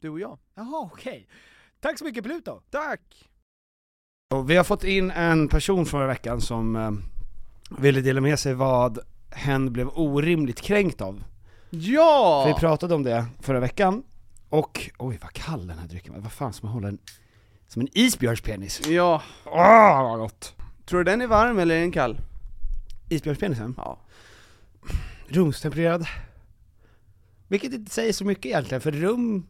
Du och jag. Jaha, okej. Tack så mycket Pluto! Tack! Och vi har fått in en person förra veckan som eh, ville dela med sig vad hen blev orimligt kränkt av. Ja! För vi pratade om det förra veckan, och oj vad kall den här drycken var, vad fan som man håller en, som en isbjörnspenis. ja. Åh Ah, vad gott! Tror du den är varm eller är den kall? Isbjörnspenisen? Ja. Rumstempererad. Vilket inte säger så mycket egentligen, för rum...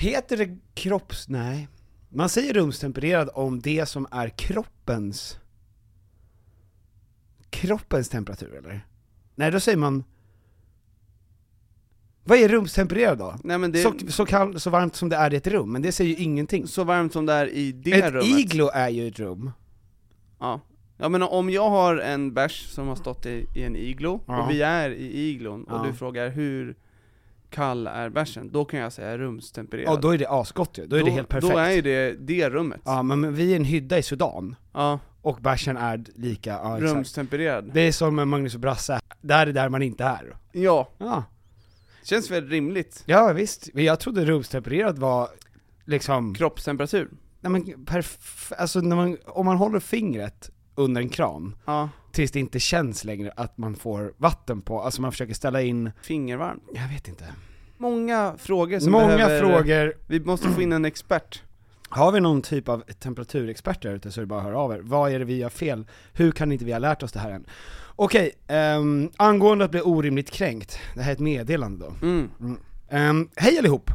Heter det kropps... Nej. Man säger rumstempererad om det som är kroppens... Kroppens temperatur, eller? Nej, då säger man... Vad är rumstempererad då? Nej men det är Så, så, så, kall, så varmt som det är i ett rum, men det säger ju ingenting. varmt som det är i det Ett rummet. iglo är ju ett rum. Ja. ja men om jag har en bärs som har stått i, i en iglo, Ja. och vi är i iglon, och Ja. du frågar hur kall är bärsen, då kan jag säga rumstempererad. Ja, då är det asgott ju. Då är det helt perfekt. Då är ju det det rummet. Ja, Ja, men men vi är en hydda i Sudan. och bärsen är lika, ja, exakt. rumstempererad. Det är som med Magnus och Brasse, där är där man inte är. Ja, Ja, känns väl rimligt. ja visst, Men jag trodde rumstempererat var liksom, Kroppstemperatur. nej men perf- alltså när man, om man håller fingret under en kran, Ja. tills det inte känns längre att man får vatten på, alltså man försöker ställa in, Fingervarmt. jag vet inte. Många frågor som Många behöver... frågor, Vi måste få in en expert. har vi någon typ av temperaturexpert där ute så är det bara att höra av er. Vad är det vi gör fel? Hur kan inte vi ha lärt oss det här än? Okej, ehm, angående att bli orimligt kränkt, det här är ett meddelande då. Mm. Ehm, hej allihop!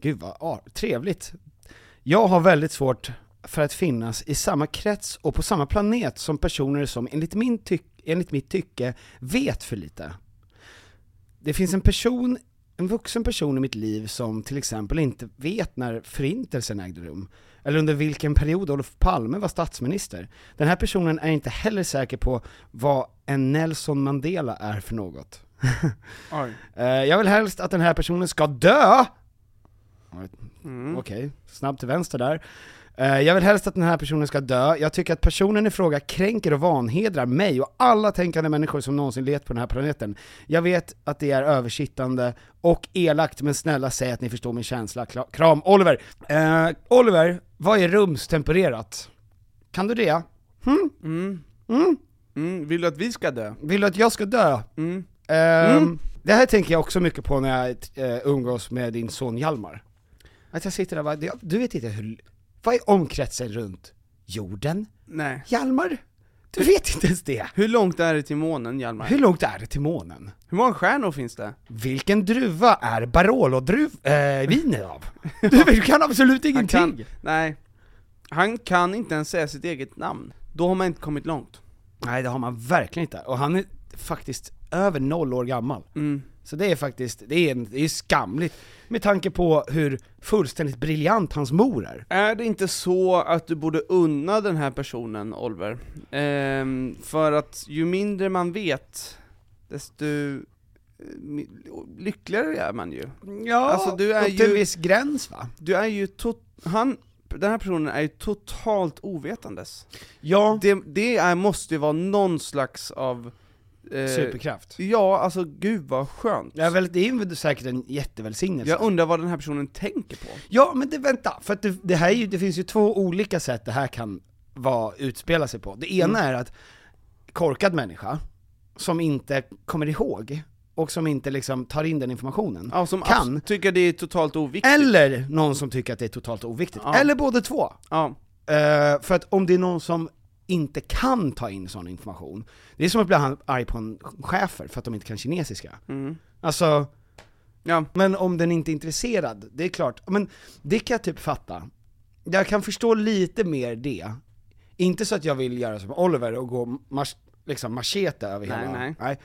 Gud vad ah, trevligt. Jag har väldigt svårt för att finnas i samma krets och på samma planet som personer som enligt, min tyck, enligt mitt tycke vet för lite. Det finns en person, en vuxen person i mitt liv som till exempel inte vet när förintelsen ägde rum, eller under vilken period Olof Palme var statsminister. Den här personen är inte heller säker på vad en Nelson Mandela är för något. Oj. Eh, jag vill helst att den här personen ska dö! Okej, snabb till vänster där. Eh, Jag vill helst att den här personen ska dö, jag tycker att personen i fråga kränker och vanhedrar mig och alla tänkande människor som någonsin levt på den här planeten. Jag vet att det är översittande och elakt, men snälla säg att ni förstår min känsla. Kla- Kram Oliver! Eh, Oliver, vad är rumstempererat? Kan du det? Mm, vill du att vi ska dö? Vill du att jag ska dö? Ehm, Det här tänker jag också mycket på när jag eh, umgås med din son Hjalmar. Att jag sitter där och bara, "Jag- du vet inte hur, vad är omkretsen runt jorden? Nej. Hjalmar, du vet inte ens det. Hur långt är det till månen Hjalmar? Hur långt är det till månen? Hur många stjärnor finns det? Vilken druva är Barolo-vinet eh, vinet av? Du, vet, du kan absolut ingenting! kan, nej. Han kan inte ens säga sitt eget namn. Då har man inte kommit långt. Nej det har man verkligen inte, och han är faktiskt över noll år gammal. Så det är faktiskt, det är, en, det är skamligt, med tanke på hur fullständigt briljant hans mor är. Är det inte så att du borde unna den här personen, Oliver? Ehm, för att ju mindre man vet, desto eh, mi- lyckligare är man ju. Ja, Alltså, du är upp till en ju- viss gräns va? Du är ju tot- han, den här personen är ju totalt ovetandes. Ja, Det, det är, måste ju vara någon slags av... eh, superkraft. Ja, alltså gud vad skönt. Det är, väl, det är ju säkert en jättevälsignelse. Jag undrar vad den här personen tänker på. Ja, men det, vänta, för att det, det, här är ju, det finns ju två olika sätt det här kan vara, utspela sig på. Det ena Mm. är att korkad människa, som inte kommer ihåg, och som inte liksom tar in den informationen, Ja, som kan abs- tycker det är totalt oviktigt. Eller någon som tycker att det är totalt oviktigt. Ja. Eller båda två. Ja. Eh, för att om det är någon som inte kan ta in sån information, det är som att bli han- arg på en chefer för att de inte kan kinesiska. Alltså, Mm. Ja. men om den inte är intresserad, det är klart, men det kan jag typ fatta. Jag kan förstå lite mer det. Inte så att jag vill göra som Oliver och gå mars- liksom machete över Nej, hela... nej.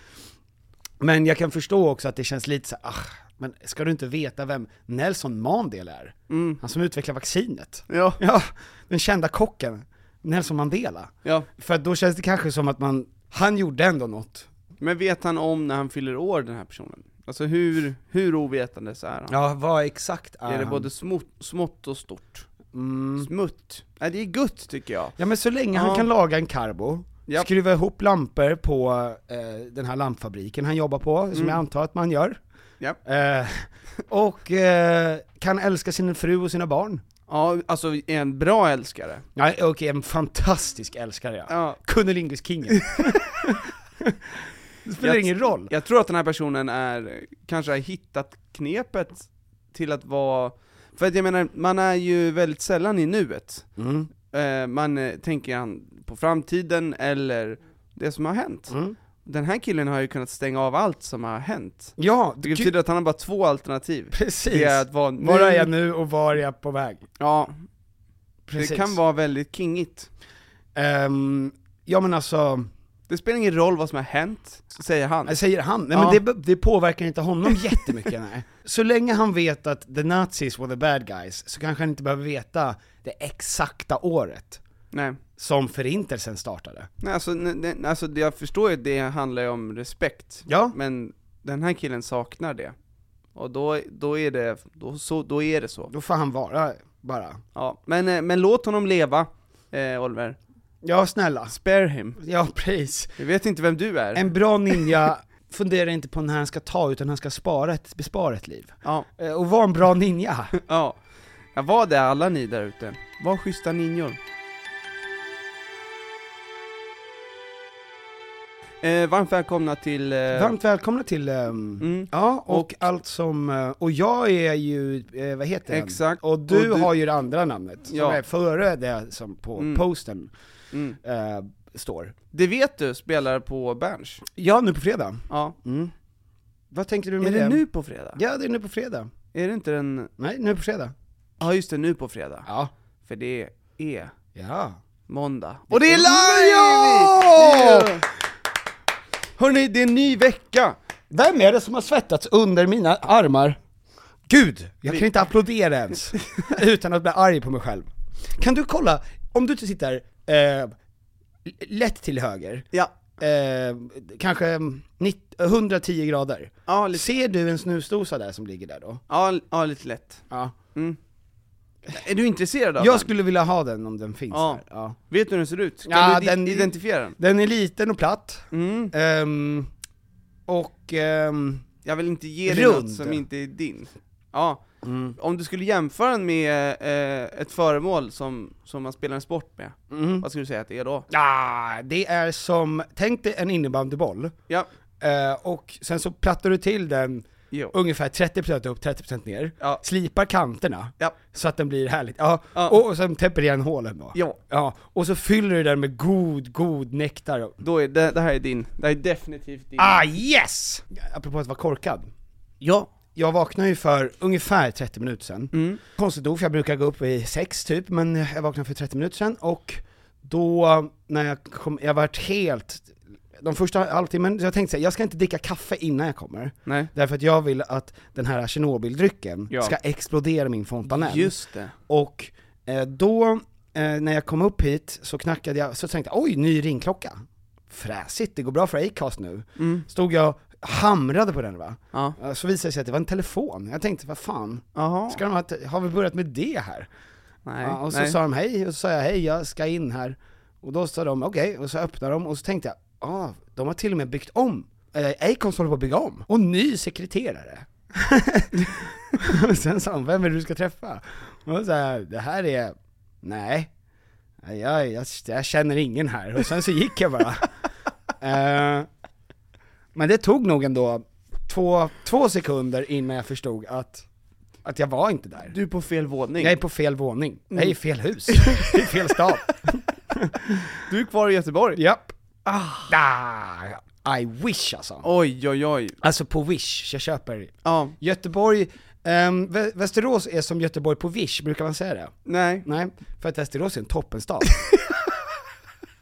Men jag kan förstå också att det känns lite så här, ah, men ska du inte veta vem Nelson Mandela är? Han som utvecklar vaccinet. Ja. Ja, den kända kocken, Nelson Mandela. ja. För att då känns det kanske som att man, han gjorde ändå något. Men vet han om när han fyller år, den här personen? Alltså hur, hur ovetandes är han? Ja, vad exakt Är det han? både smått, smått och stort? Mm. Smutt? Nej det är gutt tycker jag. Ja men så länge Ja. han kan laga en karbo, Japp. skruva ihop lampor på eh, den här lampfabriken han jobbar på, som jag antar att man gör. Ja. Eh, och eh, kan älska sin fru och sina barn. ja, alltså är en bra älskare. Ja, Okej, en fantastisk älskare ja. Ja. Kunnilingus-kingen. det spelar Jag- ingen roll. Jag tror att den här personen är, kanske har hittat knepet till att vara, för att jag menar, man är ju väldigt sällan i nuet. Mm. Eh, man eh, tänker an- på framtiden eller det som har hänt. Mm. Den här killen har ju kunnat stänga av allt som har hänt. Ja, Det betyder att han har bara två alternativ. precis. Det är att vara Var är jag nu och var är jag på väg? Ja, det Precis. kan vara väldigt kingigt. Ehm, ja men alltså, Det spelar ingen roll vad som har hänt, säger han. Jag säger han, nej Ja. men det, det påverkar inte honom jättemycket nej. Så länge han vet att the nazis were the bad guys, så kanske han inte behöver veta det exakta året Nej. som förintelsen startade. Nej, alltså, ne- ne- alltså det- jag förstår ju att det handlar ju om respekt, Ja. men den här killen saknar det. Och då, då, är, det, då, så, då är det så. Då får han vara, bara. Ja. Men, eh, men låt honom leva, eh, Oliver. Ja snälla. Spare him. Ja precis. Vi vet inte vem du är. En bra ninja funderar inte på när han ska ta, utan han ska spara ett, bespara ett liv. Ja, Eh, Och var en bra ninja. ja. ja, var det alla ni där ute. Var schyssta ninjor. Eh, varmt välkomna till... Eh, Varmt välkomna till, ehm, Mm. ja och, Och- allt som, eh, och jag är ju, eh, vad heter den? Exakt. Och du, Och du- har ju det andra namnet, som Ja. är före det som på posten Mm. eh, står. Det vet du spelar på Berns. Ja, nu på fredag. Ja. Vad tänker du Är med det nu på fredag? Mm, ehm. Ja, det är nu på fredag. Är det inte den... Nej, nu på fredag. Ja just det, nu på fredag. Ja. För det är Ja. måndag. Och det är Ja! live! Hörni, det är en ny vecka! Vem är det som har svettats under mina armar? Gud! Jag kan inte applådera ens, utan att bli arg på mig själv. Kan du kolla, om du sitter eh, lätt till höger, Ja. eh, kanske 90, 110 grader. Ja, lite, Ser du en snusdosa där som ligger där då? ja, l- ja, lite lätt. Ja. Är du intresserad av Jag den? skulle vilja ha den om den finns Ja. här. Ja. Vet du hur den ser ut? Kan Ja, du den- den... identifiera den? Den är liten och platt, Mm. ehm, och ehm, Jag vill inte ge dig något Rund. Mm. som inte är din. Ja. Om du skulle jämföra den med eh, ett föremål som, som man spelar en sport med, Mm. vad skulle du säga att det är då? ah, det är som, tänk dig en innebandyboll, Ja, eh, och sen så plattar du till den jo. ungefär 30% upp, 30% ner, Ja. slipar kanterna, Ja. så att den blir härligt, ja. Ja. Och, och sen täpper igen hålen då. Ja. Och så fyller du den med god, god nektar. och- Då är det, det här är din. Det här är definitivt din. Ah yes! Apropå att vara korkad. Ja. Jag vaknade ju för ungefär 30 minuter sedan. Mm. Konstigt nog, för jag brukar gå upp vid 6 typ, men jag vaknade för 30 minuter sedan och då, när jag kom, jag varit helt, de första halvtimmen, så jag tänkte såhär, jag ska inte dricka kaffe innan jag kommer. Nej. Därför att jag vill att den här Tjernobyldrycken Ja. ska explodera i min fontanell. Just det. Och eh, då, eh, när jag kom upp hit, så knackade jag, så tänkte jag oj, ny ringklocka. Fräsigt, det går bra för Acast nu. Stod jag och hamrade på den va. Mm. Ja. Eh, Så visade det sig att det var en telefon. Jag tänkte, vad fan, Jaha. ska de ha, ett- har vi börjat med det här? Nej. ja, och så nej. sa de hej, och så sa jag hej, jag ska in här. Och då sa de okej, och så öppnade de, och så tänkte jag, ah, de har till och med byggt om. Eh, Acast håller på att bygga om. Och ny sekreterare. och sen sa de, vem är det du ska träffa? Och så här, det här är, nej, Nej, jag, jag, jag känner ingen här. Och sen så gick jag bara. Eh, men det tog nog ändå två, två sekunder innan jag förstod att, att jag var inte där. Du är på fel våning. Jag är på fel våning, jag är i fel hus, i fel stad. Du är kvar i Göteborg. Japp. Ah, I wish alltså. Oj, oj, oj. Alltså på Wish, jag köper. Ja. Göteborg, ehm, Vä- Västerås är som Göteborg på Wish, brukar man säga det? Nej. Nej, för att Västerås är en toppenstad.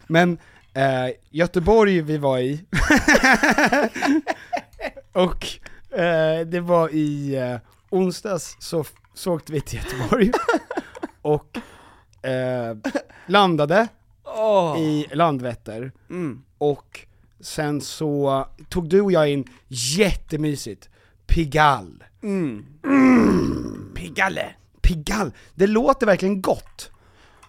Men eh, Göteborg vi var i, och eh, det var i eh, onsdags så, så åkte vi till Göteborg, och eh, landade i Landvetter, och sen så tog du och jag in, jättemysigt, Pigalle. Mm. Pigalle! Pigall, det låter verkligen gott.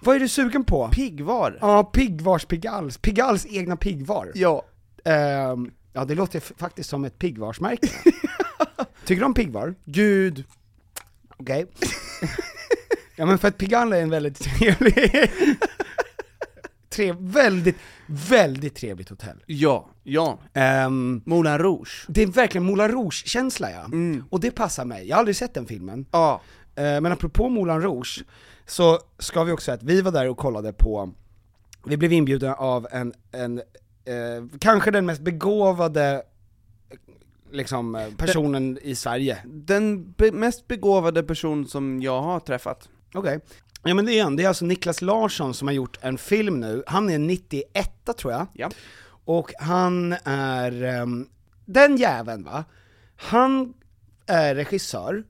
Vad är du sugen på? Piggvar. Ja, piggvars Pigalls, Pigalls egna piggvar. Ja. Ehm, ja, det låter f- faktiskt som ett piggvarsmärke. Tycker du om piggvar? Gud. Okej. ja men för att Pigalle är en väldigt trevlig, tre, väldigt, väldigt trevligt hotell. Ja. Ja. Ehm, Moulin Rouge. Mm. det är verkligen Moulin Rouge-känsla ja. Och det passar mig, jag har aldrig sett den filmen. Ja. Eh, Men apropå Moulin Rouge, så ska vi också säga att vi var där och kollade på, vi blev inbjudna av en, en eh, kanske den mest begåvade eh, liksom, eh, personen i Sverige. Den be- mest begåvade person som jag har träffat. Okej. Ja men det är han, det är alltså Niklas Larsson som har gjort en film nu, han är 91 tror jag. Ja. Och han är, ehm, den jäveln va, han är regissör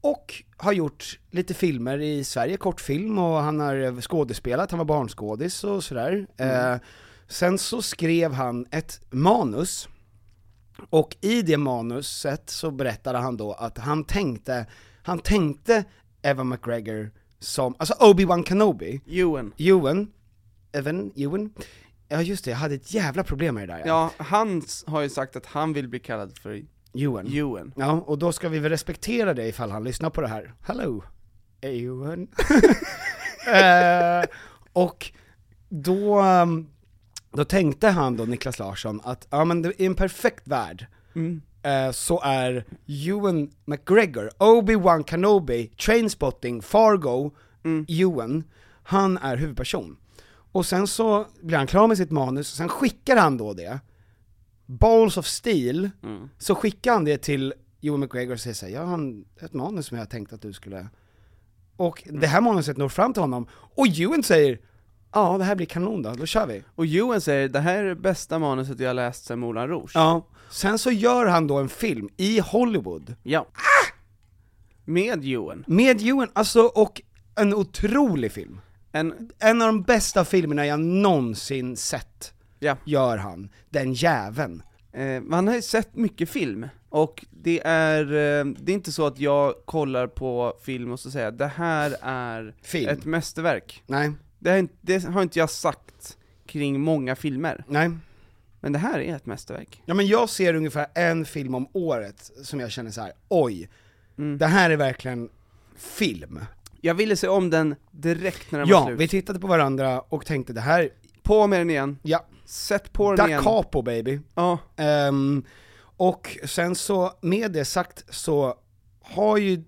och har gjort lite filmer i Sverige, kortfilm och han har eh, skådespelat, han var barnskådis och sådär. Eh, sen så skrev han ett manus, och i det manuset så berättade han då att han tänkte, han tänkte Evan McGregor som, alltså Obi-Wan Kenobi, Ewan. Ewan, Evan, Ewan, ja just det, jag hade ett jävla problem med det där Ja, han s- har ju sagt att han vill bli kallad för Ewan. Ewan. Ja, och då ska vi väl respektera det ifall han lyssnar på det här. Hello, Ewan. eh, och då, um, då tänkte han då, Niklas Larsson, att ja men det- i en perfekt värld eh, så är Ewan McGregor, Obi-Wan Kenobi, Trainspotting, Fargo, Ewan, han är huvudperson. Och sen så blir han klar med sitt manus, sen skickar han då det Balls of Steel, så skickar han det till Joe McGregor och säger såhär, jag har en, ett manus som jag tänkt att du skulle... Och det här manuset når fram till honom, och Ewan säger Ja, det här blir kanon då, då kör vi. Och Ewan säger det här är det bästa manuset jag har läst sedan Moulin Rouge. Ja. Sen så gör han då en film i Hollywood, ja. Ah! Med Ewan. med Ewan, alltså, och en otrolig film. En, En av de bästa filmerna jag någonsin sett, ja. gör han. Den jäveln. Eh, man har ju sett mycket film. Och det är, eh, det är inte så att jag kollar på film och så säger jag, det här är Film. ett mästerverk. Nej, Det, här, det har inte jag sagt kring många filmer, nej. men det här är ett mästerverk. Ja men jag ser ungefär en film om året som jag känner så här: oj, Mm. det här är verkligen film. Jag ville se om den direkt när den var Ja, slut. vi tittade på varandra och tänkte det här, På med den igen, ja, sätt på den da igen. capo baby. Ja, Ehm, och sen så, med det sagt så har ju,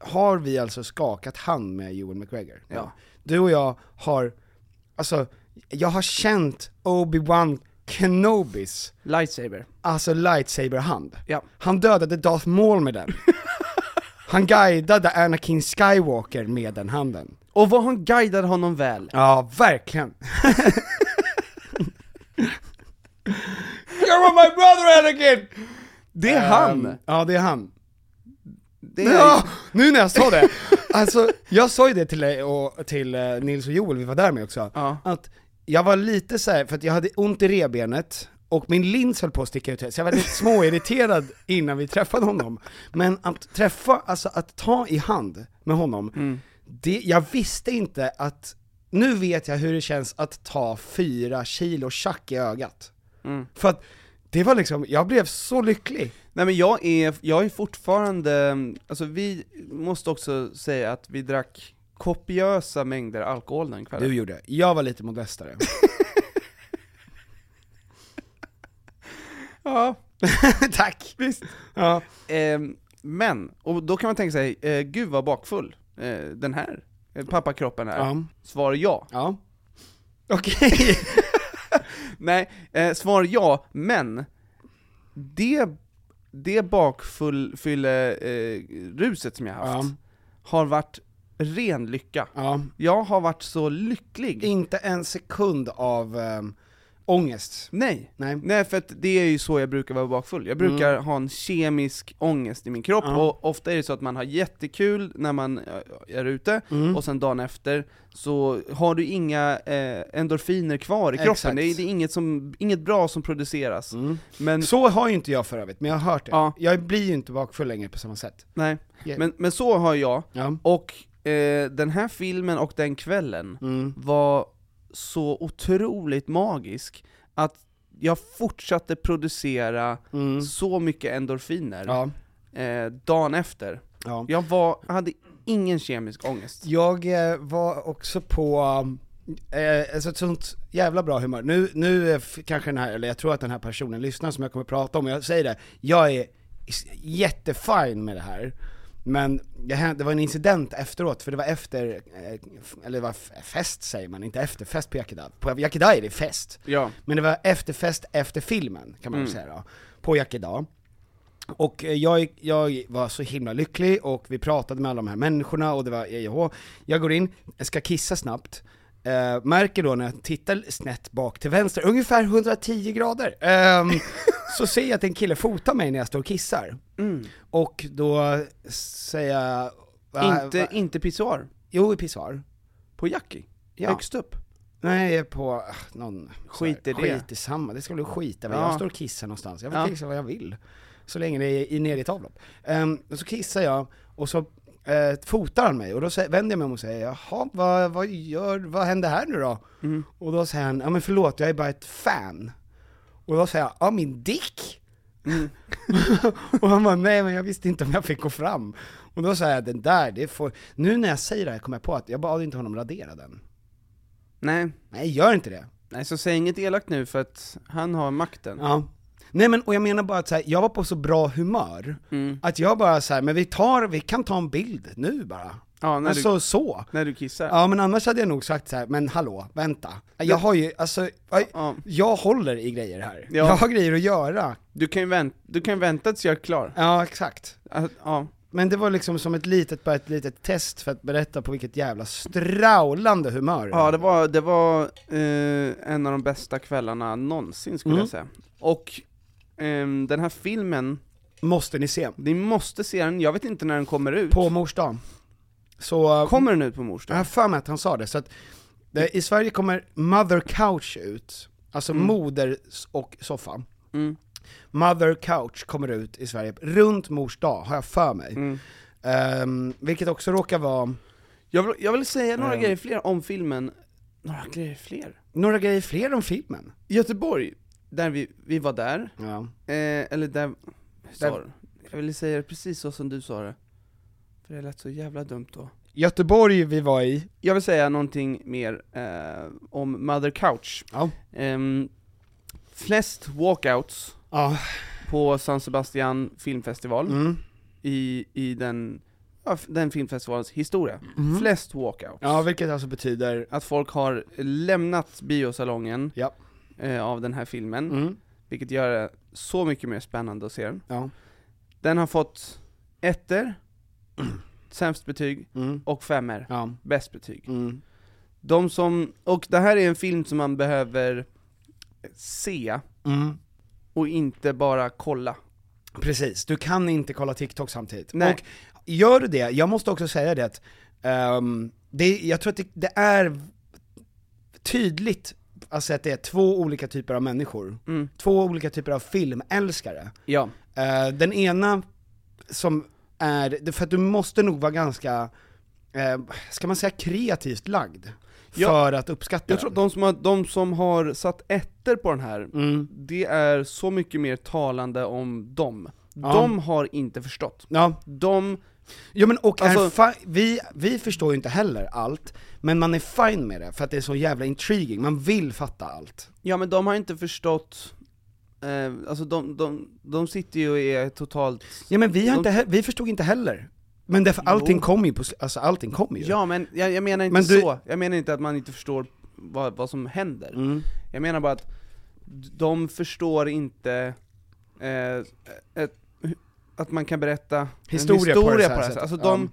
har vi alltså skakat hand med Joel McGregor. Ja. Du och jag har, alltså, jag har känt Obi-Wan Kenobis, lightsaber. alltså lightsaber-hand. Ja. Han dödade Darth Maul med den. Han guidade Anakin Skywalker med den handen. Och vad han guidade honom väl. Ja, verkligen. You're my brother Anakin! Ehm, Det är han! Ja, det är han. Det är, liksom- Ja, nu när jag sa det! Alltså, jag sa ju det till dig och till eh, Nils och Joel, vi var där med också, Ja. att jag var lite så här, för att jag hade ont i revbenet, och min lins höll på att sticka ut, så jag var lite småirriterad innan vi träffade honom. Men att träffa, alltså att ta i hand med honom, Mm. det, jag visste inte att, nu vet jag hur det känns att ta fyra kilo tjack i ögat. Mm. För att, det var liksom, jag blev så lycklig. Nej men jag är, jag är fortfarande, alltså vi måste också säga att vi drack kopiösa mängder alkohol den kvällen. Du gjorde, jag var lite modestare. ja. Tack! Ja. Ehm, men, och då kan man tänka sig, eh, gud vad bakfull eh, den här eh, pappakroppen är. Ja. Svar ja. Ja. Okej. Nej, eh, svar ja, men det, det bakfylle eh, ruset som jag haft Ja. har varit ren lycka. ja. Jag har varit så lycklig. Inte en sekund av um, ångest. Nej. Nej. Mm. Nej, för att det är ju så jag brukar vara bakfull. Jag brukar ha en kemisk ångest i min kropp, och ofta är det så att man har jättekul när man eh, är ute, Mm. och sen dagen efter så har du inga eh, endorfiner kvar i kroppen. Exakt. Mm. Det är, det är inget, som, inget bra som produceras. Men, Så har ju inte jag för övrigt, men jag har hört det. Ja. Jag blir ju inte bakfull längre på samma sätt. nej. Yeah. Men, men så har jag, Ja. och eh, den här filmen och den kvällen Mm. var så otroligt magisk, att jag fortsatte producera så mycket endorfiner Mm. Ja. eh, dagen efter. ja. Jag var, hade ingen kemisk ångest. Jag eh, var också på, um, eh, alltså ett sånt jävla bra humör. Nu, nu eh, f- kanske den här, eller jag tror att den här personen lyssnar som jag kommer prata om, och jag säger det, jag är s- jättefin med det här. Men det, hände, det var en incident efteråt, för det var efter, eh, f- eller det var f- fest säger man, inte efterfest på Yakidai. På Yakidai är det fest. Ja. Men det var efterfest efter filmen, kan man väl säga då, på Yakidai. Och eh, jag, jag var så himla lycklig och vi pratade med alla de här människorna och det var EJH. Jag går in, jag ska kissa snabbt, eh, märker då när jag tittar snett bak till vänster, ungefär 110 grader, ehm, så ser jag att en kille fotar mig när jag står och kissar. Och då säger jag... va- inte, va- inte pissoar. jo, i pissoar. På Jackie. Ja. Högst upp. Nej, jag är på ah, någon... Skit i så här, det. Skit i samma, det ska väl skita Ja. ja. Jag står och kissar någonstans, jag får Ja. kissa vad jag vill. Så länge det är i, nere i ett avlopp. Ehm, och så kissar jag, och så eh, fotar han mig, och då sä- vänder jag mig om och säger jaha, vad, vad gör, vad händer här nu då? Mm. Och då säger han, ja men förlåt, jag är bara ett fan. Och då säger jag, ja min dick! Mm. och han bara, nej men jag visste inte om jag fick gå fram. Och då säger jag, den där, det får... Nu när jag säger det här kommer jag på att jag bad inte honom radera den. Nej. Nej, gör inte det. Nej, så säg inget elakt nu för att han har makten. Ja. Nej men, och jag menar bara att så här, jag var på så bra humör, Mm. att jag bara så här, men vi tar, vi kan ta en bild nu bara. Ja, när, alltså du, så. när du kissar. Ja men annars hade jag nog sagt så här, men hallå, vänta. Jag har ju, alltså, jag, Ja. jag håller i grejer här. Ja. Jag har grejer att göra. Du kan ju vänta, du kan vänta tills jag är klar. Ja, exakt. Ja. ja. Men det var liksom som ett litet, bara ett litet test för att berätta på vilket jävla straulande humör jag Ja, det hade. var, det var eh, en av de bästa kvällarna någonsin skulle Mm. jag säga. Och ehm, den här filmen, Måste ni se. ni måste se den, jag vet inte när den kommer ut. På mors dag. Så, kommer den ut på mors Jag har dag? för mig att han sa det, så att det, i Sverige kommer Mother Couch ut, alltså moder s- och soffa. Mm. Mother Couch kommer ut i Sverige runt mors dag, har jag för mig. Ehm, vilket också råkar vara Jag vill, jag vill säga några Ehm. grejer fler om filmen. Några grejer fler? några grejer fler om filmen. Göteborg, där vi, vi var där, Ja. eh, eller där, hur sa Där- du? Jag ville säga det precis så som du sa det. För det lät så jävla dumt då. Göteborg vi var i, Jag vill säga någonting mer eh, om Mother Couch. ja. Ehm, flest walkouts ja. på San Sebastian filmfestival Mm. i, i den, ja, f- den filmfestivalens historia. Flest walkouts. Mm. ja, vilket alltså betyder, Att folk har lämnat biosalongen ja. eh, av den här filmen, Mm. vilket gör det så mycket mer spännande att se den. ja. Den har fått ettor, sämst betyg, Mm. och femmer, ja. bäst betyg. Mm. De som, och det här är en film som man behöver se, Mm. och inte bara kolla. Precis, du kan inte kolla TikTok samtidigt. Nej. Och gör du det, jag måste också säga det att, ehm, det, jag tror att det, det är tydligt alltså att det är två olika typer av människor. Mm. Två olika typer av filmälskare. Ja. Eh, den ena som är, för att du måste nog vara ganska, eh, ska man säga kreativt lagd? Ja. För att uppskatta Jag tror att de som har, de som har satt ettor på den här, det är så mycket mer talande om dem. De har inte förstått. Ja, De, Ja men och är Alltså- fi- vi, vi förstår ju inte heller allt, men man är fine med det för att det är så jävla intriguing, man vill fatta allt. ja men de har inte förstått, eh, alltså de, de, de sitter ju och är totalt... Ja men vi, har De- inte he- vi förstod inte heller. Men därför allting Jo. kommer ju på, s- alltså allting kommer ju. Ja men jag, jag menar inte Men du- så, jag menar inte att man inte förstår vad, vad som händer. Mm. Jag menar bara att de förstår inte eh, ett, att man kan berätta Historia på en det historia så här på det här sättet. sättet. Alltså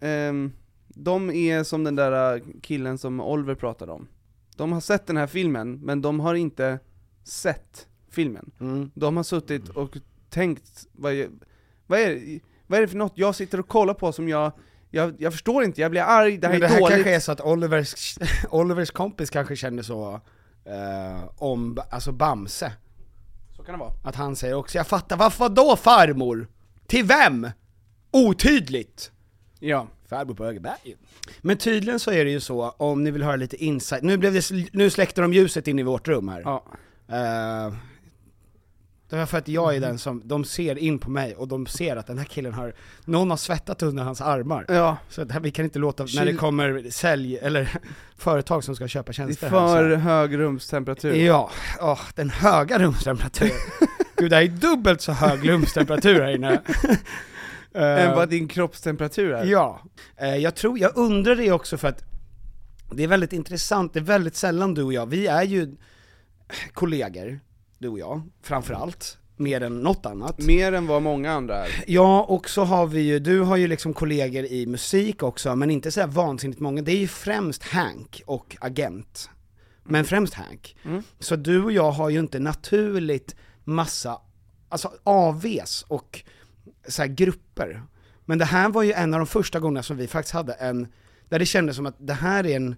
de, ehm, de är som den där eh, killen som Oliver pratade om. De har sett den här filmen, men de har inte sett filmen. Mm. De har suttit och tänkt, vad är, vad är, vad är det för något jag sitter och kollar på som jag, jag, jag förstår inte, jag blir arg, det här men det är här dåligt. kanske är så att Olivers, Olivers kompis kanske känner så eh, om, alltså Bamse. Så kan det vara. Att han säger också 'Jag fattar, varför då farmor? Till vem? Otydligt!' Ja. Farbror på Högerberg. Men tydligen så är det ju så, om ni vill höra lite insight, nu, blev det, sl- nu släckte de ljuset in i vårt rum här. ja. Eh, det var för att jag är den som, de ser in på mig och de ser att den här killen har, någon har svettat under hans armar. Ja, Så det här, vi kan inte låta, när Kyl- det kommer sälj, eller företag som ska köpa det är tjänster för här, hög så, rumstemperatur. Ja, åh, den höga rumstemperaturen. Gud, det här är dubbelt så hög rumstemperatur här inne. Eh, Än vad din kroppstemperatur är. Ja. Eh, jag tror, jag undrar det också för att det är väldigt intressant, det är väldigt sällan du och jag, vi är ju kollegor, du och jag, framförallt, mer än något annat. Mer än vad många andra är. Ja, och så har vi ju, du har ju liksom kollegor i musik också, men inte så här vansinnigt många, det är ju främst Hank och Agent. Men främst Hank. Så du och jag har ju inte naturligt massa, alltså AVs och så här grupper. Men det här var ju en av de första gångerna som vi faktiskt hade en, där det kändes som att det här är en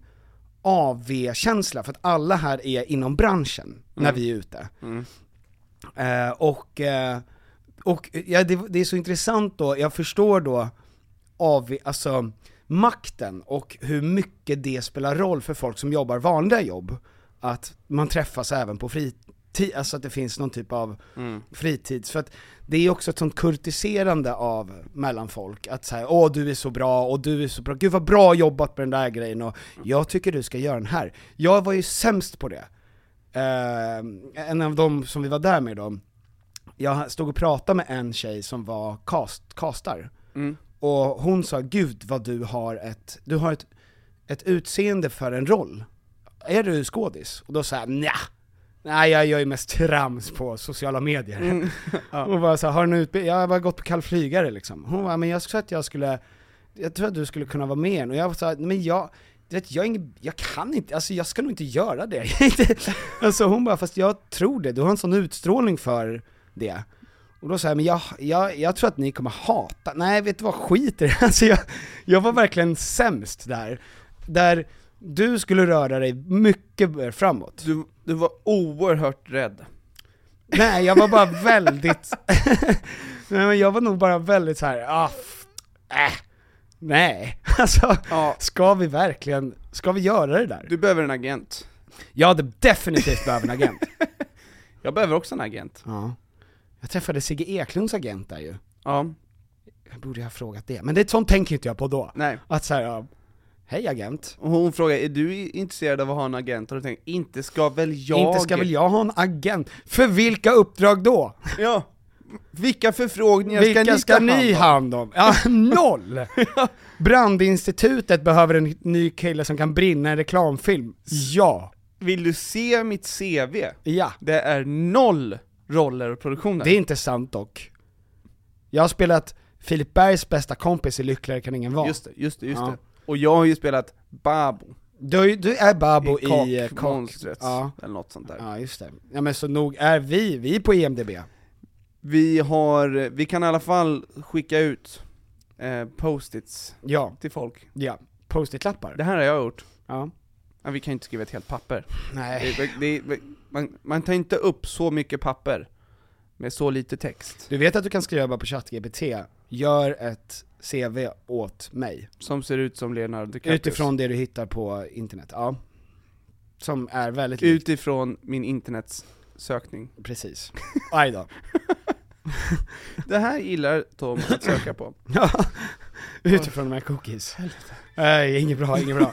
AV-känsla, för att alla här är inom branschen när vi är ute. Eh, och eh, och ja, det, det är så intressant då, jag förstår då av, alltså, makten och hur mycket det spelar roll för folk som jobbar vanliga jobb. Att man träffas även på fritid, alltså att det finns någon typ av fritids. För att det är också ett sånt kurtiserande av mellan folk, att säga åh du är så bra, och du är så bra, gud vad bra jobbat med den där grejen, och jag tycker du ska göra den här. Jag var ju sämst på det. Eh, en av dem som vi var där med då, jag stod och pratade med en tjej som var cast, castar, och hon sa 'Gud vad du har ett, du har ett, ett utseende för en roll, är du skådis?' Och då sa jag 'Nja, nej jag gör ju mest trams på sociala medier' Hon bara så här, 'Har du en utbildning?' Jag har bara gått på kall flygare liksom. Hon bara 'Men jag sa att jag skulle, jag tror att du skulle kunna vara med i den." och jag sa 'Men jag' Du vet, jag, är ingen, jag kan inte, alltså jag ska nog inte göra det. Jag är inte- alltså hon bara, fast jag tror det, du har en sån utstrålning för det. Och då sa jag, men jag, jag, jag tror att ni kommer hata, nej vet du vad, skit i det. Alltså jag, jag var verkligen sämst där. Där du skulle röra dig mycket mer framåt. Du, du var oerhört rädd. Nej, jag var bara väldigt... Nej, men jag var nog bara väldigt så här. Ah, f- äh, nej. Alltså, Ja. ska vi verkligen, ska vi göra det där? Du behöver en agent. Jag hade definitivt behövt en agent. Jag behöver också en agent. Ja. Jag träffade Sigge Eklunds agent där ju. Ja, Jag borde ju ha frågat det, men det sånt tänker inte jag på då. nej. Att såhär, ja, hej agent. Och hon frågar, är du i- intresserad av att ha en agent? Och du tänker, inte ska väl jag? Inte ska väl jag ha en agent? För vilka uppdrag då? Ja. Vilka förfrågningar vilka ska ni ska ta ni hand om? hand om? Ja, noll! Brandinstitutet behöver en ny kille som kan brinna en reklamfilm. Ja, Vill du se mitt CV? ja. Det är noll roller och produktioner. Det är inte sant dock. Jag har spelat Filip Bergs bästa kompis i Lyckligare kan ingen vara. Just det, just det, just Ja. det. Och jag har ju spelat Babo Du, har ju- du är Babbo i i, eh, Kakmonstret, Ja. eller något sånt där. ja, just det. Ja men så nog är vi, vi är på E EMDB. Vi har, vi kan i alla fall skicka ut eh, post-its Ja, till folk. ja. Post-it-lappar. Det här har jag gjort. Ja. Ja, vi kan ju inte skriva ett helt papper. Nej. Det, det, det, man, man tar inte upp så mycket papper med så lite text. Du vet att du kan skriva bara på ChatGPT, gör ett CV åt mig. Som ser ut som Leonardo DiCaprio. Utifrån det du hittar på internet, ja. Som är väldigt likt, Utifrån min internetsökning. precis. Aj då. Det här gillar Tom att söka på. Ja, utifrån de här cookies. Nej, inget bra, inget bra.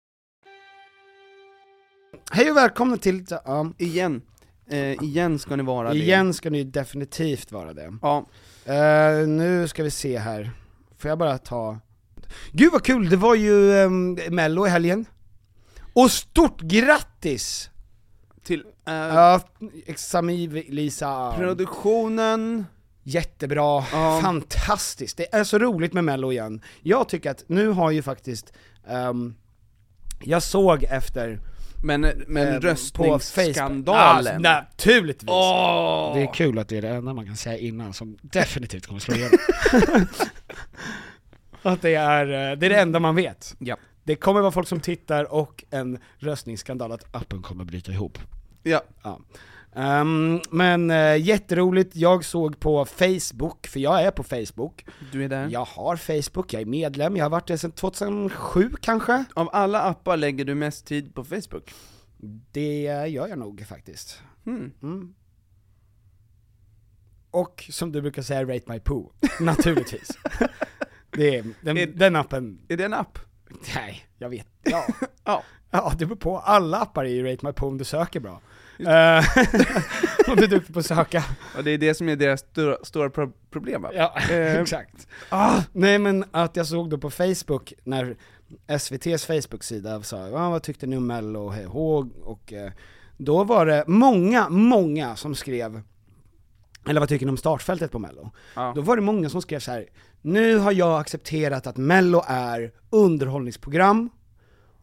Hej och välkomna till... Ja, Igen, eh, igen ska ni vara igen ska ni definitivt vara det. det. Ja, Eh, nu ska vi se här, får jag bara ta... Gud vad kul, det var ju ehm, mello i helgen. Och stort grattis! Till eh, Ja, Sami Lisa. produktionen, Jättebra, Ja. fantastiskt. Det är så roligt med mello igen. Jag tycker att nu har ju faktiskt, ehm, jag såg efter men, men ehm, röstningsskandalen. På Facebook- Ja, naturligtvis! Åh! Det är kul att det är det enda man kan säga innan som definitivt kommer slå igenom. att det är, eh, det är det enda man vet. Ja. Det kommer vara folk som tittar och en röstningsskandal att appen kommer bryta ihop. Ja. Ja. Ehm, men eh, jätteroligt, jag såg på Facebook, för jag är på Facebook. Du är där. Jag har Facebook, jag är medlem, jag har varit det sedan 2007 kanske? Av alla appar lägger du mest tid på Facebook. Det eh, gör jag nog faktiskt. Hmm. Mm. Och som du brukar säga, rate my poo. Naturligtvis. det är, den, den appen, Är det en app? nej, jag vet. Ja. Ja. ja, det beror på. Alla appar är ju rate my poo om du söker bra. Eh, om du är duktig på att söka. Och det är det som är deras stora, stora pro- problem va? Eh, Ja, exakt. Eh, Ah, nej men att jag såg då på Facebook, när SVT's Facebook-sida sa ah, vad tyckte ni om Mello och hej och hå?" och eh, då var det många, många som skrev eller vad tycker ni om startfältet på mello? Ja. Då var det många som skrev så här. nu har jag accepterat att mello är underhållningsprogram,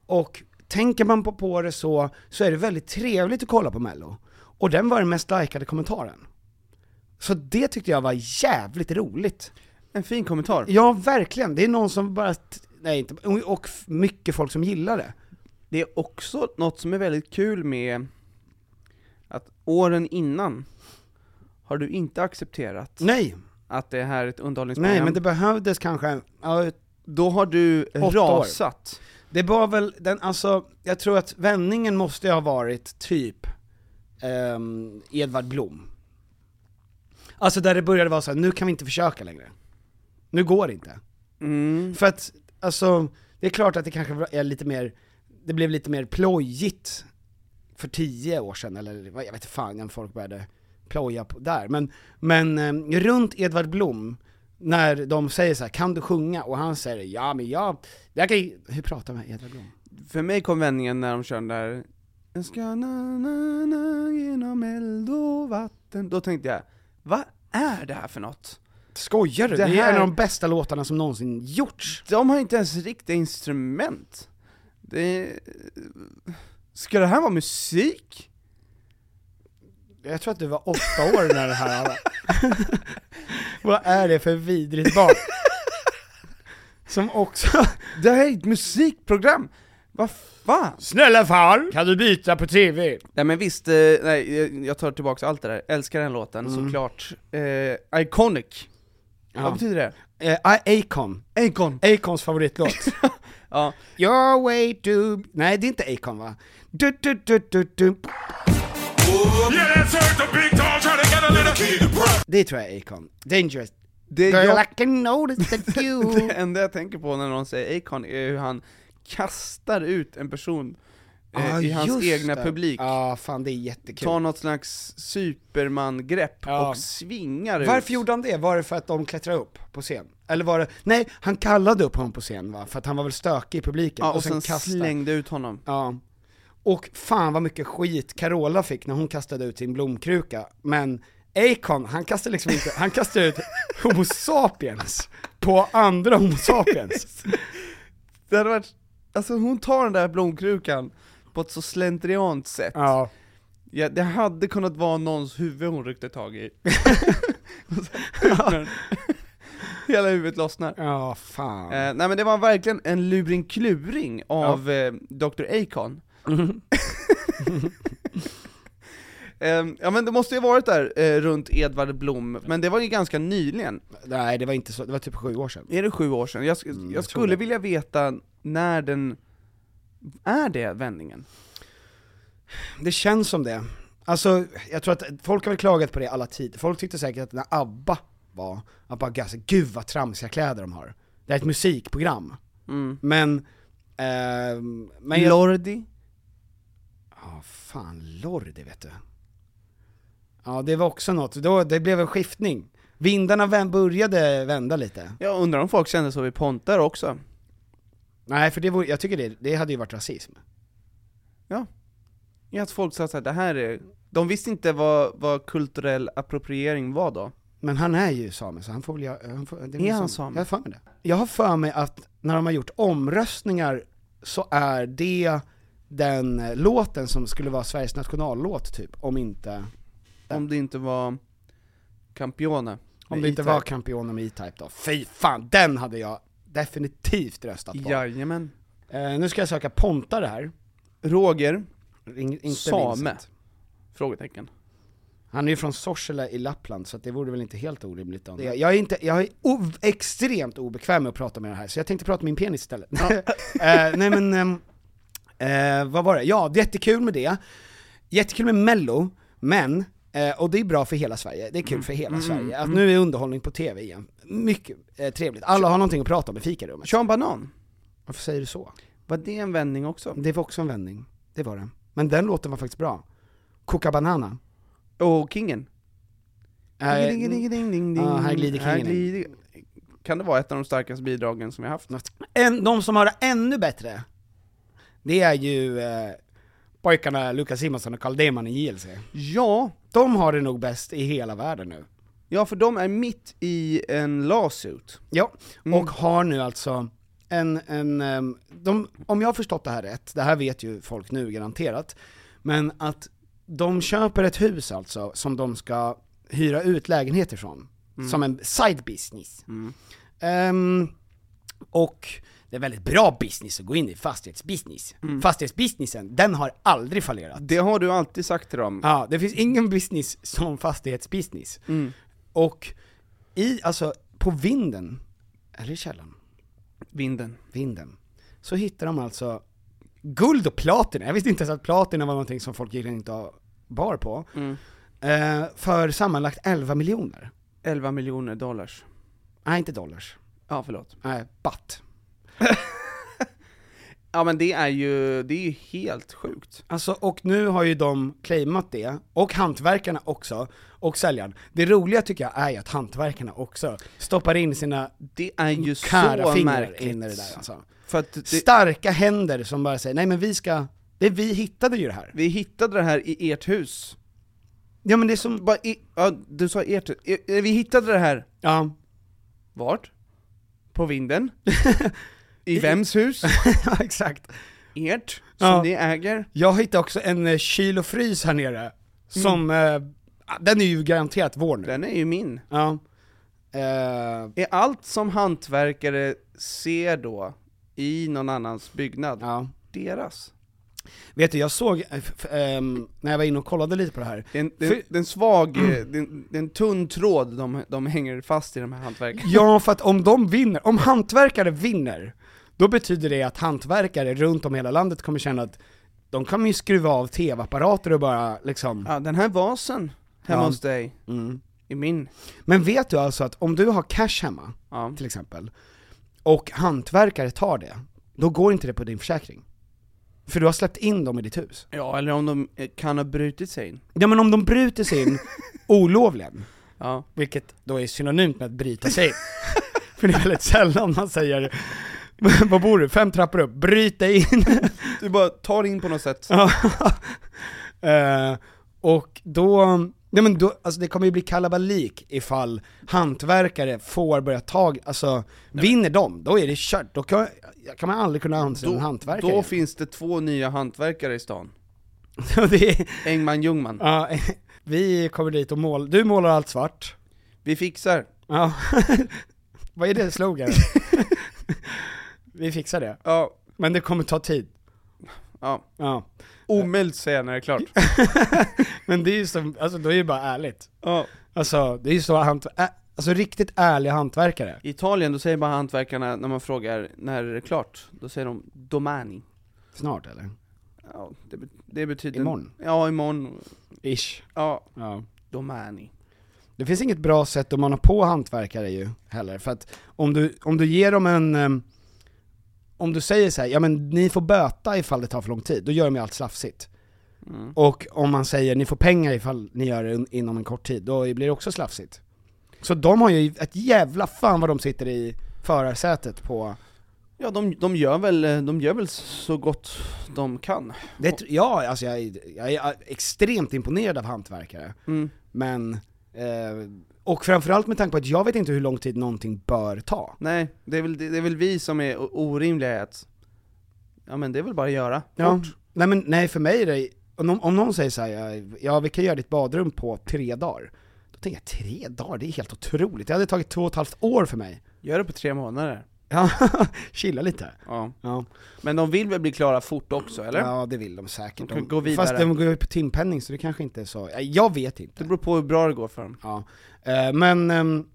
och tänker man på, på det så, så är det väldigt trevligt att kolla på mello. Och den var den mest likade kommentaren. Så det tyckte jag var jävligt roligt. En fin kommentar. Ja, verkligen. Det är någon som bara, t- nej inte, och och f- mycket folk som gillar det. Det är också något som är väldigt kul med att åren innan har du inte accepterat Nej, att det här är ett underhållningsprogram. nej men det behövdes kanske, ja, Då har du Åtta år. rasat. det var väl den, alltså, jag tror att vändningen måste ju ha varit typ ehm, Edvard Blom. Alltså där det började vara så här, nu kan vi inte försöka längre. Nu går det inte. Mm. För att, alltså, det är klart att det kanske var- är lite mer, det blev lite mer plojigt för tio år sedan, eller vad- jag vet fan när folk började ploja på, där. Men, men eh, runt Edvard Blom, när de säger så här, kan du sjunga? Och han säger ja men jag, jag kan ju-" hur pratar man med Edvard Blom? För mig kom vändningen när de körde den där Jag ska na na na genom eld och vatten. Då tänkte jag, vad är det här för något? Skojar du? Det, Det är här- en av de bästa låtarna som någonsin gjorts. De har inte ens riktiga instrument. Det... Ska det här vara musik? Jag tror att du var åtta år när det här alla. Vad är det för vidrigt barn? Som också Det här är ett musikprogram! Vad fan? Snälla far, kan du byta på TV? Nej men visst, eh, nej, jag- jag tar tillbaka allt det där, älskar den låten såklart. Eh, iconic, vad betyder det? Eh, Acon, Icon! Acons favoritlåt. Ja. Your way to... Nej det är inte Acon va? Du, du, du, du, du. Yeah, that's hurt the big dog trying to get a little key to breath. Det tror jag är Acon. Dangerous. Det, Girl jag, I can notice that you... det enda jag tänker på när någon säger Icon är hur han kastar ut en person eh, Ah, i hans just egna det. Ah, publik. Ja fan det är jättekul. Tar något slags superman-grepp Ja. och svingar ut. Varför gjorde han det? Var det för att de klättrade upp på scen? Eller var det... Nej, han kallade upp honom på scen va? För att han var väl stökig i publiken? ja, och, sen, kastade- slängde ut honom. Ja. Och fan vad mycket skit Carola fick när hon kastade ut sin blomkruka, men Akon, han kastade liksom inte, han kastade ut Homo sapiens på andra Homo sapiens. Det hade varit, alltså hon tar den där blomkrukan på ett så slentriant sätt. Ja. Ja, det hade kunnat vara någons huvud hon ryckte tag i. Och så öppnar- Hela huvudet lossnar. Ja, fan. Eh, nej men det var verkligen en luring-kluring av eh, Dr. Akon. Ehm, ja men det måste ju ha varit där eh, runt Edvard Blom, men det var ju ganska nyligen. Nej det var inte så, det var typ sju år sedan. Är det sju år sedan? Jag, sk- Mm, jag jag tror skulle det. vilja veta när den... Är det vändningen? Det känns som det. Alltså, jag tror att folk har väl klagat på det alla tider, folk tyckte säkert att när ABBA var, att bara alltså, gud vad tramsiga kläder de har. Det här är ett musikprogram. Mm. Men, ehm, men jag- Lordi? Ja, fan Lordi vet du. Ja, det var också något. Då, det blev en skiftning. Vindarna vän började vända lite. Jag undrar om folk kände så vid Pontar också? Nej, för det vore, jag tycker det, det hade ju varit rasism. Ja. ja att folk sa såhär, det här är... De visste inte vad, vad kulturell appropriering var då. Men han är ju same, så han får väl göra... Han får, det väl Är han same? Jag har same? för mig det. Jag har för mig att när de har gjort omröstningar så är det den eh, låten som skulle vara Sveriges nationallåt typ, om inte, Om det inte var Campione. om med det inte E-Type. var Campione med E-Type då. Fy fan, den hade jag definitivt röstat på. Jajamän. Eh, nu ska jag söka pontare här. Roger, In, inte same? Vincent. Frågetecken. Han är ju från Sorsele i Lappland, så att det vore väl inte helt orimligt om... Jag är, inte, jag är o- extremt obekväm med att prata med det här, så jag tänkte prata med min penis istället. eh, nej men, ehm, eh, vad var det? Ja, det är jättekul med det. Jättekul med mello, men, eh, och det är bra för hela Sverige, det är kul för hela Sverige, att nu är underhållning på TV igen. Mycket eh, trevligt. Alla har någonting att prata om i fikarummet. Sean Banan, Varför säger du så? var det en vändning också? Det var också en vändning, det var det. Men den låten var faktiskt bra. Koka banana. Och Kingen? Eh, Ding, ding, ding, ding, Ja, ding. här glider Kingen in. glider- Kan det vara ett av de starkaste bidragen som vi har haft? en, de som har det ännu bättre, det är ju eh, pojkarna Lukas Simonsson och Carl Deman i JLC. Ja, De har det nog bäst i hela världen nu. ja för de är mitt i en lawsuit. Ja, och har nu alltså en, en ehm, de, om jag har förstått det här rätt, det här vet ju folk nu garanterat, men att de köper ett hus alltså som de ska hyra ut lägenheter från, som en side business. Ehm, och det är väldigt bra business att gå in i, fastighetsbusiness. Fastighetsbusinessen, den har aldrig fallerat. Det har du alltid sagt till dem. Ja, det finns ingen business som fastighetsbusiness. Och i, alltså, på vinden, eller i källaren, Vinden. vinden, så hittar de alltså guld och platina. Jag visste inte ens att platina var någonting som folk gillade inte ha bar på. Eh, för sammanlagt 11 miljoner. 11 miljoner dollars. Nej, inte dollars. Ja, förlåt. Nej, batt. Ja men det är ju, det är ju helt sjukt. Alltså, och nu har ju de claimat det, och hantverkarna också, och säljaren. Det roliga tycker jag är ju att hantverkarna också stoppar in sina Det är ju kära så fingrar märkligt. in i det där alltså. För att det, Starka händer som bara säger nej men vi ska, det är vi hittade ju det här. vi hittade det här i ert hus. Ja men det är som, Bara i, ja, du sa ert hus. E- Vi hittade det här. ja, Vart? På vinden? I vems hus? ja exakt. Ert? Som Ja. ni äger? Jag hittade också en eh, kyl och frys här nere, som, eh, den är ju garanterat vår nu. Mm. Den är ju min. Ja. Eh, Är allt som hantverkare ser då i någon annans byggnad ja. deras? Vet du, jag såg, eh, f- ehm, när jag var inne och kollade lite på det här, Det är en, det är en, det är en svag, eh, det är en, det är en tunn tråd de, de hänger fast i de här hantverkarna. Ja, för att om de vinner, om hantverkare vinner, då betyder det att hantverkare runt om i hela landet kommer känna att de kommer ju skruva av tv-apparater och bara liksom... Ja, den här vasen hemma Ja. Mm. hos dig, är min. Men vet du alltså att om du har cash hemma, Ja. till exempel, och hantverkare tar det, då går inte det på din försäkring. För du har släppt in dem i ditt hus. ja, eller om de eh, kan ha brutit sig in. Ja men om de bryter sig in olovligen, Ja. vilket då är synonymt med att bryta sig in. För det är väldigt sällan man säger, vad bor du? Fem trappor upp, bryt dig in. Du bara tar in på något sätt. Ja. Eh, och då, nej men då, alltså det kommer ju bli kalabalik ifall hantverkare får börja tag, alltså vinner de, då är det kört, då kan, kan man aldrig kunna anställa en Då, hantverkare då igen. finns det två nya hantverkare i stan. Så det är, Engman Ljungman. ja, Vi kommer dit och målar, du målar allt svart, Vi fixar. ja. vad är det slogan? vi fixar det, Ja, men det kommer ta tid. ja. Ja. Omöjligt säger jag när det är klart. Men det är ju som, alltså då är det ju bara ärligt. Ja. Alltså det är ju så, hant- ä- alltså riktigt ärliga hantverkare. I Italien, då säger bara hantverkarna när man frågar när är det klart, då säger de domani. Snart eller? Ja, det, be- det betyder... Imorgon. Ja, imorgon. Ish. Ja, Ja. domani. Det finns inget bra sätt att mana på hantverkare ju, heller. För att om du, om du ger dem en, ehm, om du säger så här, ja men ni får böta ifall det tar för lång tid, då gör de ju allt slafsigt. Och om man säger ni får pengar ifall ni gör det in- inom en kort tid, då blir det också slafsigt. Så de har ju ett jävla fan vad de sitter i förarsätet på Ja, de, de, gör väl, eh, de gör väl så gott de kan. Det, tr- ja, alltså jag, är- jag är extremt imponerad av hantverkare. Men, eh, och framförallt med tanke på att jag vet inte hur lång tid någonting bör ta. Nej, det är väl, det är väl vi som är o- orimliga i att... Ja men det är väl bara att göra. Ja. Fort. Nej men nej, för mig är det, om någon, om någon säger så här, ja, ja vi kan göra ditt badrum på tre dagar. Då tänker jag, tre dagar? Det är helt otroligt. Det hade tagit två och ett halvt år för mig. Gör det på tre månader. Ja, chilla lite. Ja. Ja. Men de vill väl bli klara fort också, eller? ja, det vill de säkert. De kan gå vidare. Fast de går ju på timpenning så det kanske inte är så, ja, jag vet inte. Det beror på hur bra det går för dem. Ja. Eh, Men, ehm,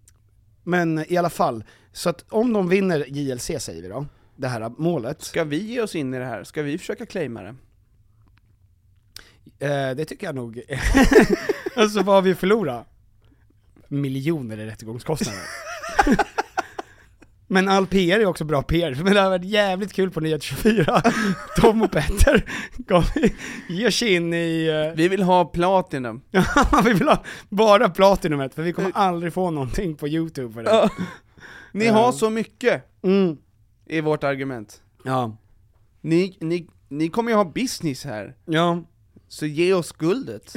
men i alla fall, så att om de vinner JLC säger vi då, det här målet, Ska vi ge oss in i det här? Ska vi försöka claima det? eh, det tycker jag nog, alltså vad har vi förlorat? Miljoner i rättegångskostnader. Men all PR är också bra PR, men det hade varit jävligt kul på Nyhet 24. Tom och Petter gav, ger sig in i... eh, Vi vill ha platinum. vi vill ha bara platinumet, för vi kommer aldrig få någonting på youtube för det. Ja. Ni har så mycket, Mm. är vårt argument. Ja. Ni, ni, ni kommer ju ha business här, Ja. så ge oss guldet.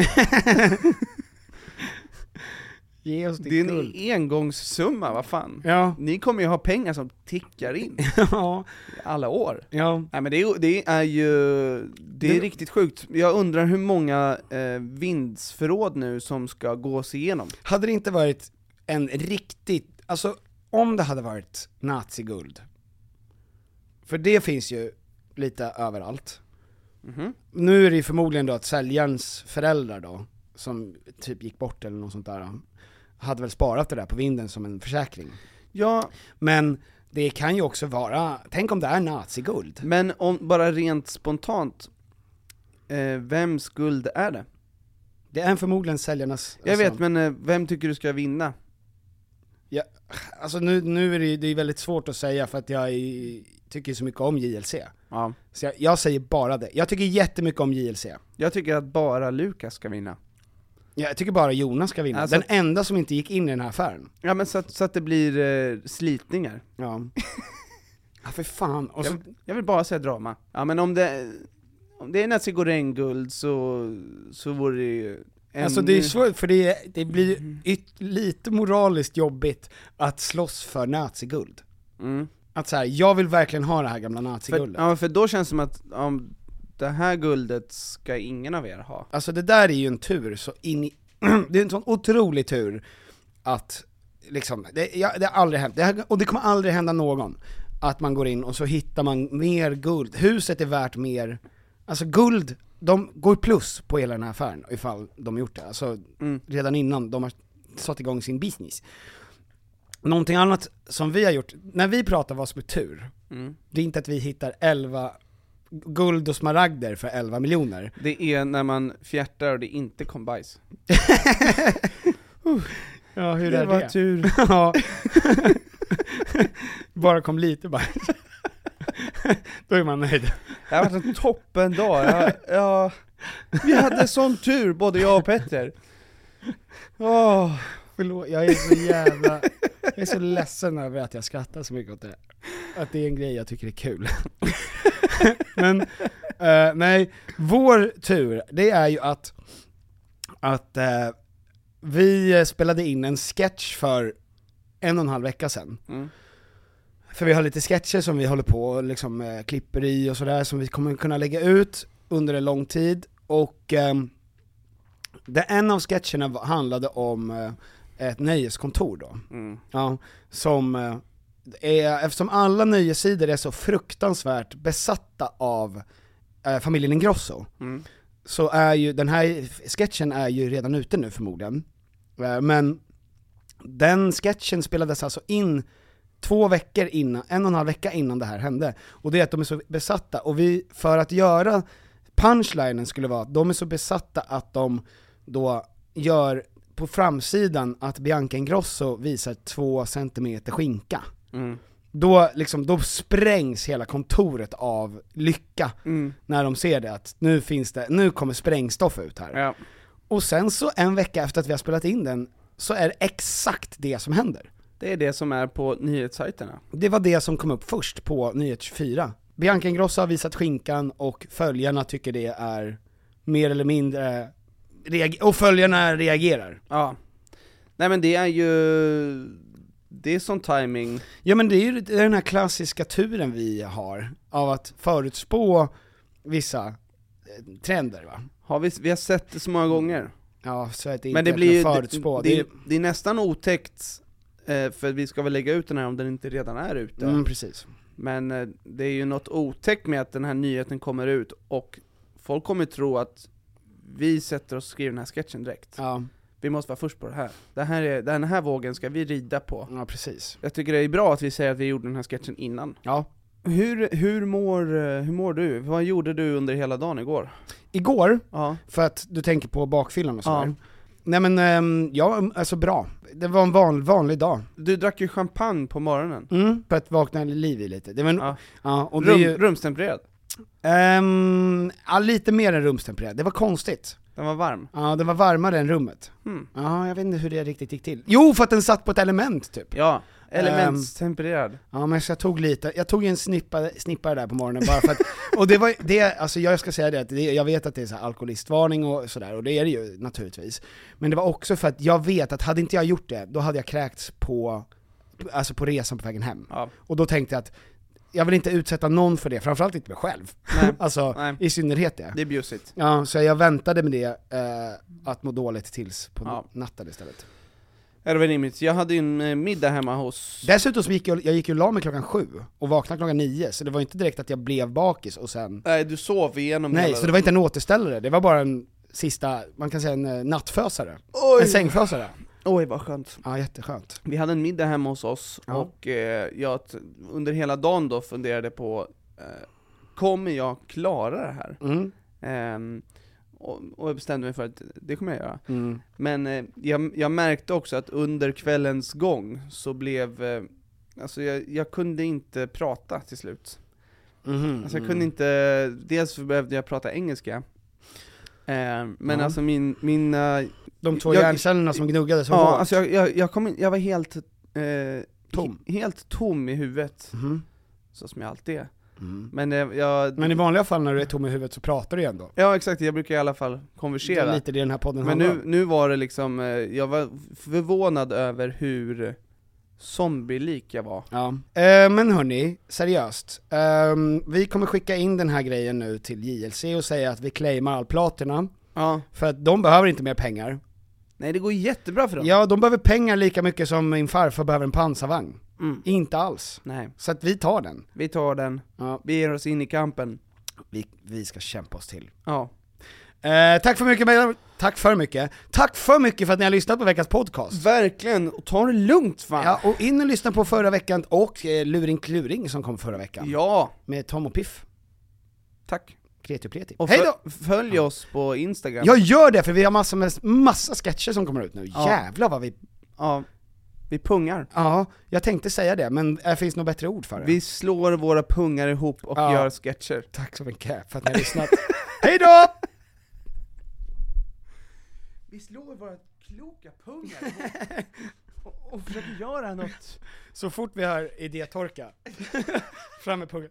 Ge oss ditt Det är en guld. engångssumma, vad fan. Ja, Ni kommer ju ha pengar som tickar in i ja, alla år. ja. Nej men det är, det är ju, det är Det- riktigt sjukt. Jag undrar hur många eh, vindsförråd nu som ska gås igenom. Hade det inte varit en riktigt, alltså om det hade varit naziguld, för det finns ju lite överallt. Mhm. Nu är det ju förmodligen då att säljarens föräldrar då, som typ gick bort eller något sånt där, hade väl sparat det där på vinden som en försäkring. Ja, Men det kan ju också vara, tänk om det är naziguld? men om, bara rent spontant, eh, vems guld är det? Det är förmodligen säljarnas... Jag alltså- vet, men eh, vem tycker du ska vinna? Ja, alltså nu, nu är det ju det är väldigt svårt att säga för att jag är, tycker så mycket om JLC. Ja. Så jag, jag säger bara det. Jag tycker jättemycket om JLC. Jag tycker att bara Lukas ska vinna. Jag tycker bara Jonas ska vinna. Alltså- Den enda som inte gick in i den här affären. Ja men så att, så att det blir eh, slitningar. Ja. ja för fan. Och så, Jag, jag vill bara säga drama. Ja men om det, om det är Nazi guld så, så vore det ju ännu... alltså det är svårt, för det, är- det blir Mm. ju yt, lite moraliskt jobbigt att slåss för naziguld. Mm. Att så här, jag vill verkligen ha det här gamla För, naziguldet. ja, för då känns det som att om det här guldet ska ingen av er ha. Alltså det där är ju en tur så in i, det är en sån otrolig tur att liksom, det, ja, det har aldrig hänt, det här, och det kommer aldrig hända någon, att man går in och så hittar man mer guld, huset är värt mer, alltså guld, de går plus på hela den här affären ifall de gjort det, alltså redan innan de har satt igång sin business. Någonting annat som vi har gjort, när vi pratar vad som är tur, det är inte att vi hittar 11 guld och smaragder för 11 miljoner, Det är när man fjärtar och det inte kom bajs. Ja, hur Det är var det? tur. ja. Bara kom lite bara. Då är man nöjd. Det har varit en toppen dag, jag, jag, vi hade sån tur både jag och Petter. Åh, förlåt, jag är så jävla... Jag är så ledsen över att jag skrattar så mycket åt det. Att det är en grej jag tycker är kul. Men, eh, nej, vår tur, det är ju att, att eh, vi spelade in en sketch för en och en halv vecka sedan. För vi har lite sketcher som vi håller på och liksom eh, klipper i och sådär som vi kommer kunna lägga ut under en lång tid. Och ehm, det, en av sketcherna var- handlade om eh, ett nöjeskontor då. Ja, som eh, är, eftersom alla nöjessidor är så fruktansvärt besatta av eh, familjen Ingrosso, så är ju den här sketchen är ju redan ute nu förmodligen. Eh, men den sketchen spelades alltså in två veckor innan, en och en halv vecka innan det här hände. Och det är att de är så besatta, och vi, för att göra punchlinen skulle vara att de är så besatta att de då gör på framsidan att Bianca Ingrosso visar två centimeter skinka. Då, liksom, då sprängs hela kontoret av lycka när de ser det, att nu finns det, nu kommer sprängstoff ut här. Ja. Och sen så en vecka efter att vi har spelat in den, så är det exakt det som händer. Det är det som är på nyhetssajterna. Det var det som kom upp först på Nyhet 24. Bianca Ingrosso har visat skinkan och följarna tycker det är mer eller mindre, reag- och följarna reagerar. Ja. Nej men det är ju... Det är sån timing. Ja men det är ju den här klassiska turen vi har, av att förutspå vissa eh, trender va? Har vi, vi har sett det så många gånger. Ja, så att det Men inte det blir ju, förutspå. det, det, det är nästan otäckt, eh, för vi ska väl lägga ut den här om den inte redan är ute. mm, precis. Men eh, det är ju något otäckt med att den här nyheten kommer ut och folk kommer ju tro att vi sätter oss och skriver den här sketchen direkt. Ja, Vi måste vara först på det här. Det här är, den här vågen ska vi rida på. ja precis. Jag tycker det är bra att vi säger att vi gjorde den här sketchen innan. Ja. Hur, hur, mår, eh, hur mår du? Vad gjorde du under hela dagen igår? Igår, Ja. för att du tänker på bakfyllan och sådär. Ja. Nej men, ehm, ja alltså bra. Det var en van, vanlig dag. Du drack ju champagne på morgonen. Mm. För att vakna liv i lite. Det var en, ja. Ja. och det är Rum, ju, Rumstempererad. ehm, ja, lite mer än rumstempererad. Det var konstigt. Den var varm. Ja, den var varmare än rummet. Hmm. Ja, jag vet inte hur det riktigt gick till. Jo, för att den satt på ett element typ. Ja, Ehm, elementstempererad. Ja men så jag tog lite, jag tog ju en snippa, snippa där på morgonen bara för att, och det var det, alltså jag ska säga det att det, jag vet att det är så här alkoholistvarning och sådär, och det är det ju naturligtvis. Men det var också för att jag vet att hade inte jag gjort det, då hade jag kräkts på, alltså på resan på vägen hem. Ja. Och då tänkte jag att, jag vill inte utsätta någon för det, framförallt inte mig själv. Nej. alltså, Nej. i synnerhet det. Det är bjussigt. Ja, så jag väntade med det, eh, att må dåligt tills på Ja. natten istället. Ja, Det var rimligt. Jag hade ju en eh, middag hemma hos... Dessutom så gick jag, jag gick ju och la mig klockan sju och vaknade klockan nio, så det var ju inte direkt att jag blev bakis och sen... Nej, du sov igenom Nej, hela så det var inte en återställare, det var bara en sista, man kan säga en eh, nattfösare. Oj. En sängfösare. Oj, vad skönt. Ja, jätteskönt. Vi hade en middag hemma hos oss, Ja. och eh, jag t- under hela dagen då funderade på, eh, kommer jag klara det här? Mm. Ehm, och, och jag bestämde mig för att det kommer jag göra. Mm. Men eh, jag, jag märkte också att under kvällens gång så blev, eh, alltså jag, jag kunde inte prata till slut. Mhm. Alltså jag Mm. kunde inte, dels behövde jag prata engelska, eh, men Ja. alltså min, mina De två jag- hjärncellerna som gnuggade som Ja, var... alltså jag, jag, jag, kom in, jag var helt eh, Tom. he- Helt tom i huvudet, Mhm. så som jag alltid är. Mm. Men eh, jag... Men i vanliga fall när du är tom i huvudet så pratar du ju ändå. ja exakt, jag brukar i alla fall Det är konversera. lite det den här podden Men handlar nu, nu var det liksom, eh, jag var förvånad över hur zombielik jag var. om. Ja. Eh, men hörni, seriöst. Ehm, vi kommer skicka in den här grejen nu till JLC och säga att vi claimar all platina, Ja. för att de behöver inte mer pengar. Nej det går jättebra för dem. Ja, de behöver pengar lika mycket som min farfar behöver en pansarvagn. Mm. Inte alls. Nej, Så att vi tar den. vi tar den, Ja, vi ger oss in i kampen. vi, vi ska kämpa oss till. Ja. Eh, tack för mycket, men- tack för mycket. Tack för mycket för att ni har lyssnat på veckans podcast. Verkligen, och ta det lugnt fan! Ja, och in och lyssna på förra veckan och eh, Luring Kluring som kom förra veckan. ja Med Tom och Piff, tack. Kreti och Pleti. Och Hej då! fö- följ oss på Instagram. Jag gör det för vi har massor med, massa sketcher som kommer ut nu. Ja. Jävlar vad vi... Ja, vi pungar. Ja, jag tänkte säga det, men det finns nog bättre ord för det. Vi slår våra pungar ihop och Ja. gör sketcher. Tack så mycket för att ni har lyssnat. Hej då! Vi slår våra kloka pungar ihop och, och försöker göra något. Så fort vi har idétorka, fram med pungen.